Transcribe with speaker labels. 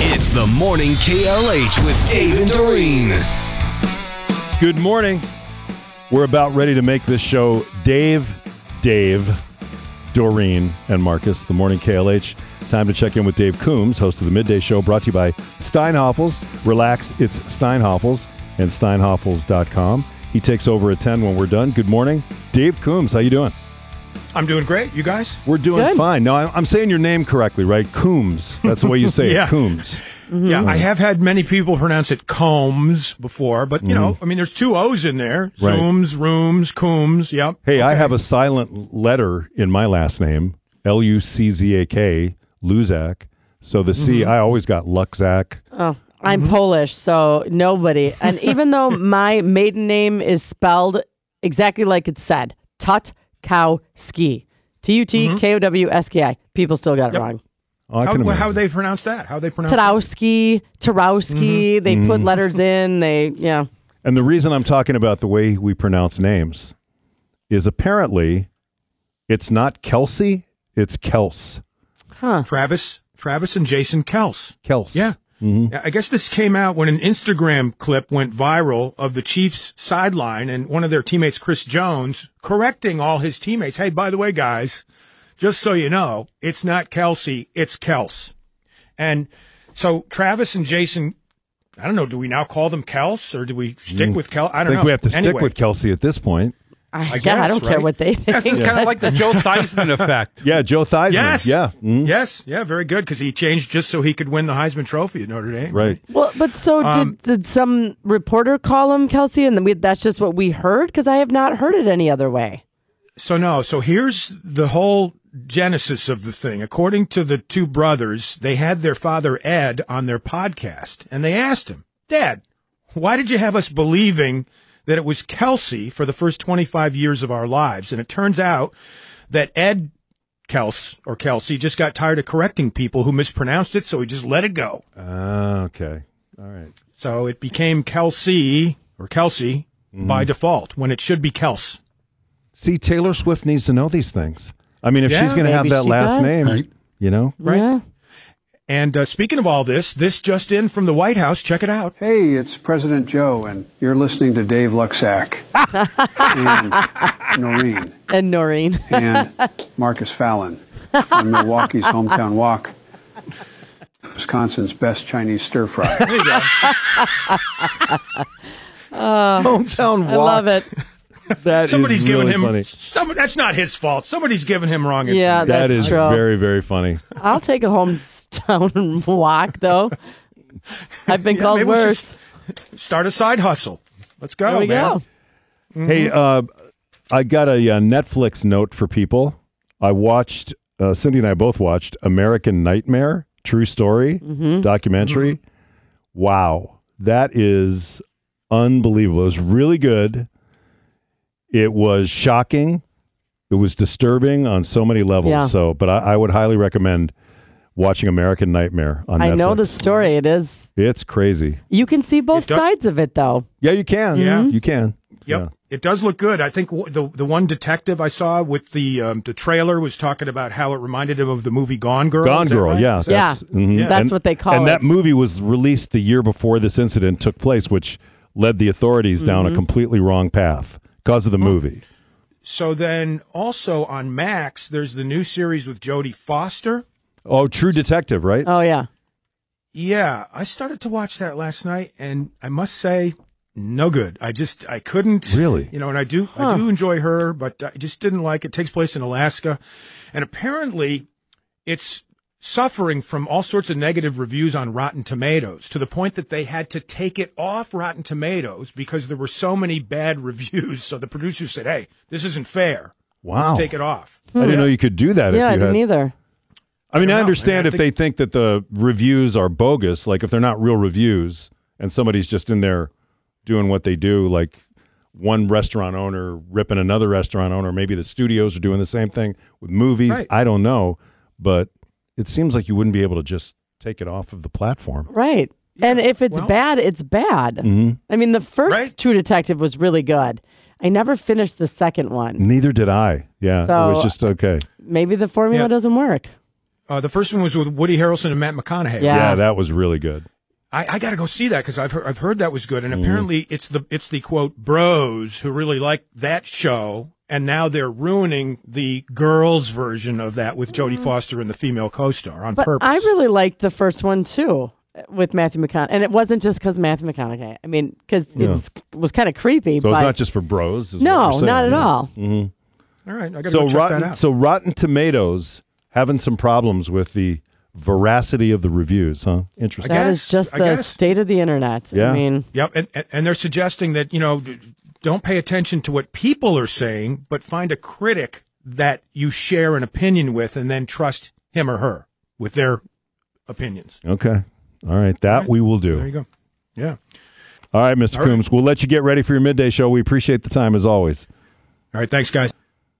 Speaker 1: It's the morning KLH with Dave and Doreen.
Speaker 2: Good morning. We're about ready to make this show Dave, Dave, Doreen, and Marcus, the morning KLH. Time to check in with Dave Coombs, host of the Midday Show, brought to you by Steinhoffels. Relax, it's Steinhoffels and steinhoffels.com. He takes over at 10 when we're done. Good morning. Dave Coombs, how you doing?
Speaker 3: I'm doing great. You guys?
Speaker 2: We're doing
Speaker 4: Good.
Speaker 2: fine. Now, I- I'm saying your name correctly, right? Coombs. That's the way you say
Speaker 3: Yeah.
Speaker 2: it, Coombs.
Speaker 3: Yeah, I have had many people pronounce it Combs before, but you know, I mean, there's two O's in there.
Speaker 2: Mm-hmm. Right.
Speaker 3: Zooms, rooms, Coombs. Yep.
Speaker 2: Hey, I have a silent letter in my last name, L U C Z A K, Luzak. So the C,
Speaker 3: Mm-hmm.
Speaker 2: I always got Oh, Luxak.
Speaker 4: I'm Polish, so nobody. And even though my maiden name is spelled exactly like it said, Tutkowski, T U T K O W S K I, people still got it wrong.
Speaker 2: Oh, I
Speaker 3: How,
Speaker 2: can
Speaker 3: wh-
Speaker 2: imagine.
Speaker 3: how they pronounce that? How they pronounce that?
Speaker 4: Tarowski, Tarowski. They put letters in. They, yeah.
Speaker 2: and the reason I'm talking about the way we pronounce names is apparently it's not Kelsey, it's Kels.
Speaker 3: Travis, Travis and Jason Kels.
Speaker 2: Kels.
Speaker 3: Yeah. I guess this came out when an Instagram clip went viral of the Chiefs sideline and one of their teammates, Chris Jones, correcting all his teammates. Hey, by the way, guys, just so you know, it's not Kelsey, it's Kels. And so Travis and Jason, I don't know, do we now call them Kels or do we stick with Kel? I
Speaker 2: I
Speaker 3: don't
Speaker 2: Mm. think
Speaker 3: know.
Speaker 2: we have to stick
Speaker 3: Anyway,
Speaker 2: with Kelsey at this point.
Speaker 4: I, yeah,
Speaker 3: guess,
Speaker 4: I don't care
Speaker 3: right?
Speaker 4: what they think.
Speaker 5: Yes, it's kind of like the Joe Theismann effect.
Speaker 2: Yeah, Joe Theismann.
Speaker 3: Yes.
Speaker 2: Yeah. Mm.
Speaker 3: Yes. Yeah. Very good. Because he changed just so he could win the Heisman Trophy at Notre Dame.
Speaker 2: Right.
Speaker 4: Well, but so did, did some reporter call him Kelsey, and then we, that's just what we heard? Because I have not heard it any other way.
Speaker 3: So no, so here's the whole genesis of the thing. According to the two brothers, they had their father Ed on their podcast and they asked him, Dad, why did you have us believing that it was Kelsey for the first 25 years of our lives? And it turns out that Ed Kels or Kelsey just got tired of correcting people who mispronounced it. So he just let it go.
Speaker 2: Ah, okay. All right.
Speaker 3: So it became Kelsey or Kelsey by default when it should be Kels.
Speaker 2: See, Taylor Swift needs to know these things. I mean, if
Speaker 3: Yeah.
Speaker 2: she's going to have
Speaker 4: Maybe
Speaker 2: that
Speaker 4: she
Speaker 2: last
Speaker 4: does.
Speaker 2: name,
Speaker 5: Right.
Speaker 2: you know,
Speaker 3: Right.
Speaker 4: Yeah.
Speaker 3: And uh, speaking of all this, this just in from the White House. Check it out.
Speaker 6: Hey, it's President Joe, and you're listening to Dave Luxack and Noreen
Speaker 4: And Noreen.
Speaker 6: and Marcus Fallon on Milwaukee's hometown walk, Wisconsin's best Chinese stir fry.
Speaker 2: hometown walk.
Speaker 4: I love it.
Speaker 2: That is
Speaker 3: Somebody's giving
Speaker 2: really
Speaker 3: him.
Speaker 2: funny.
Speaker 3: Some, that's not his fault. Somebody's giving him wrong information.
Speaker 4: Yeah,
Speaker 2: That
Speaker 4: that's
Speaker 2: is
Speaker 4: true.
Speaker 2: very, very funny.
Speaker 3: Mm-hmm.
Speaker 4: I'll take a hometown walk though. I've been
Speaker 3: Yeah,
Speaker 4: called
Speaker 3: maybe we should
Speaker 4: worse.
Speaker 3: Start a side hustle. Let's go,
Speaker 4: There we
Speaker 3: man.
Speaker 4: go.
Speaker 2: Hey, uh, I got a uh, Netflix note for people. I watched, uh, Cindy and I both watched American Nightmare, true story
Speaker 4: Mm-hmm.
Speaker 2: documentary. Wow. That is unbelievable. It was really good. It was shocking. It was disturbing on so many levels.
Speaker 4: Yeah.
Speaker 2: So, but I, I would highly recommend watching American Nightmare on
Speaker 4: I know
Speaker 2: Netflix.
Speaker 4: the story. It is.
Speaker 2: It's crazy.
Speaker 4: You can see both
Speaker 3: It does-
Speaker 4: sides of it though.
Speaker 2: Yeah, you can.
Speaker 3: Yeah.
Speaker 4: Mm-hmm.
Speaker 2: you can.
Speaker 3: Yep,
Speaker 2: Yeah.
Speaker 3: it does look good. I think w- the the one detective I saw with the um, the trailer was talking about how it reminded him of the movie Gone Girl.
Speaker 2: Gone
Speaker 3: Is that
Speaker 2: Girl,
Speaker 3: right?
Speaker 2: yeah,
Speaker 3: Is that-
Speaker 2: that's, mhm.
Speaker 4: That's what they call
Speaker 2: And that
Speaker 4: it.
Speaker 2: movie was released the year before this incident took place, which led the authorities down
Speaker 4: Mm-hmm.
Speaker 2: a completely wrong path because of the movie.
Speaker 3: So then also on Max, there's the new series with Jodie Foster.
Speaker 2: Oh, True Detective, right?
Speaker 4: Oh yeah.
Speaker 3: Yeah, I started to watch that last night, and I must say, no good. I just I couldn't
Speaker 2: Really?
Speaker 3: you know, and I do I do enjoy her, but I just didn't like it. Takes place in Alaska, and apparently, it's suffering from all sorts of negative reviews on Rotten Tomatoes to the point that they had to take it off Rotten Tomatoes because there were so many bad reviews. So the producers said, "Hey, this isn't fair.
Speaker 2: wow.
Speaker 3: Let's take it off."
Speaker 2: I didn't know you could do that.
Speaker 4: yeah,
Speaker 2: if
Speaker 4: I
Speaker 2: you
Speaker 4: didn't
Speaker 2: had,
Speaker 4: either.
Speaker 2: I mean,
Speaker 3: I
Speaker 2: I,
Speaker 3: don't know.
Speaker 2: understand
Speaker 3: I
Speaker 2: if they think that the reviews are bogus, like if they're not real reviews, and somebody's just in there doing what they do, like one restaurant owner ripping another restaurant owner. Maybe the studios are doing the same thing with movies.
Speaker 3: Right.
Speaker 2: I don't know, but it seems like you wouldn't be able to just take it off of the platform.
Speaker 4: Right. and if it's
Speaker 3: well-
Speaker 4: bad, it's bad.
Speaker 2: Mm-hmm.
Speaker 4: I mean, the first
Speaker 3: Right.
Speaker 4: True Detective was really good. I never finished the second one.
Speaker 2: Mm. Neither did I. Yeah, it was
Speaker 4: So-
Speaker 2: just okay.
Speaker 4: Maybe the formula
Speaker 3: Yeah.
Speaker 4: doesn't work.
Speaker 3: Uh, the first one was with Woody Harrelson and Matt McConaughey.
Speaker 4: Yeah.
Speaker 2: Yeah, that was really good.
Speaker 3: I, I got to go see that because I've heard, I've heard that was good, and
Speaker 2: Mm-hmm.
Speaker 3: apparently it's the it's the quote bros who really like that show, and now they're ruining the girls version of that with Jodie Foster and the female co-star on
Speaker 4: Mm. But
Speaker 3: purpose.
Speaker 4: I really liked the first one too with Matthew McConaughey, and it wasn't just because Matthew McConaughey. I mean, because it was kind of creepy.
Speaker 2: So
Speaker 4: but
Speaker 2: it's not just for bros. is what
Speaker 4: no,
Speaker 2: you're saying,
Speaker 4: not at
Speaker 2: yeah.
Speaker 4: all.
Speaker 3: All right, I got to
Speaker 2: So
Speaker 3: go check that
Speaker 2: rotten,
Speaker 3: out.
Speaker 2: so rotten Tomatoes having some problems with the veracity of the reviews, huh? Interesting.
Speaker 4: That
Speaker 3: guess,
Speaker 4: is just
Speaker 3: I
Speaker 4: the
Speaker 3: guess.
Speaker 4: state of the internet.
Speaker 2: Yeah.
Speaker 4: I mean,
Speaker 3: Yep, and, and and they're suggesting that you know d- don't pay attention to what people are saying, but find a critic that you share an opinion with, and then trust him or her with their opinions.
Speaker 2: Okay. All right, that we will do.
Speaker 3: There you go. Yeah.
Speaker 2: All right, Mr. Coombs, we'll let you get ready for your midday show. We appreciate the time as always.
Speaker 3: All right. Thanks, guys.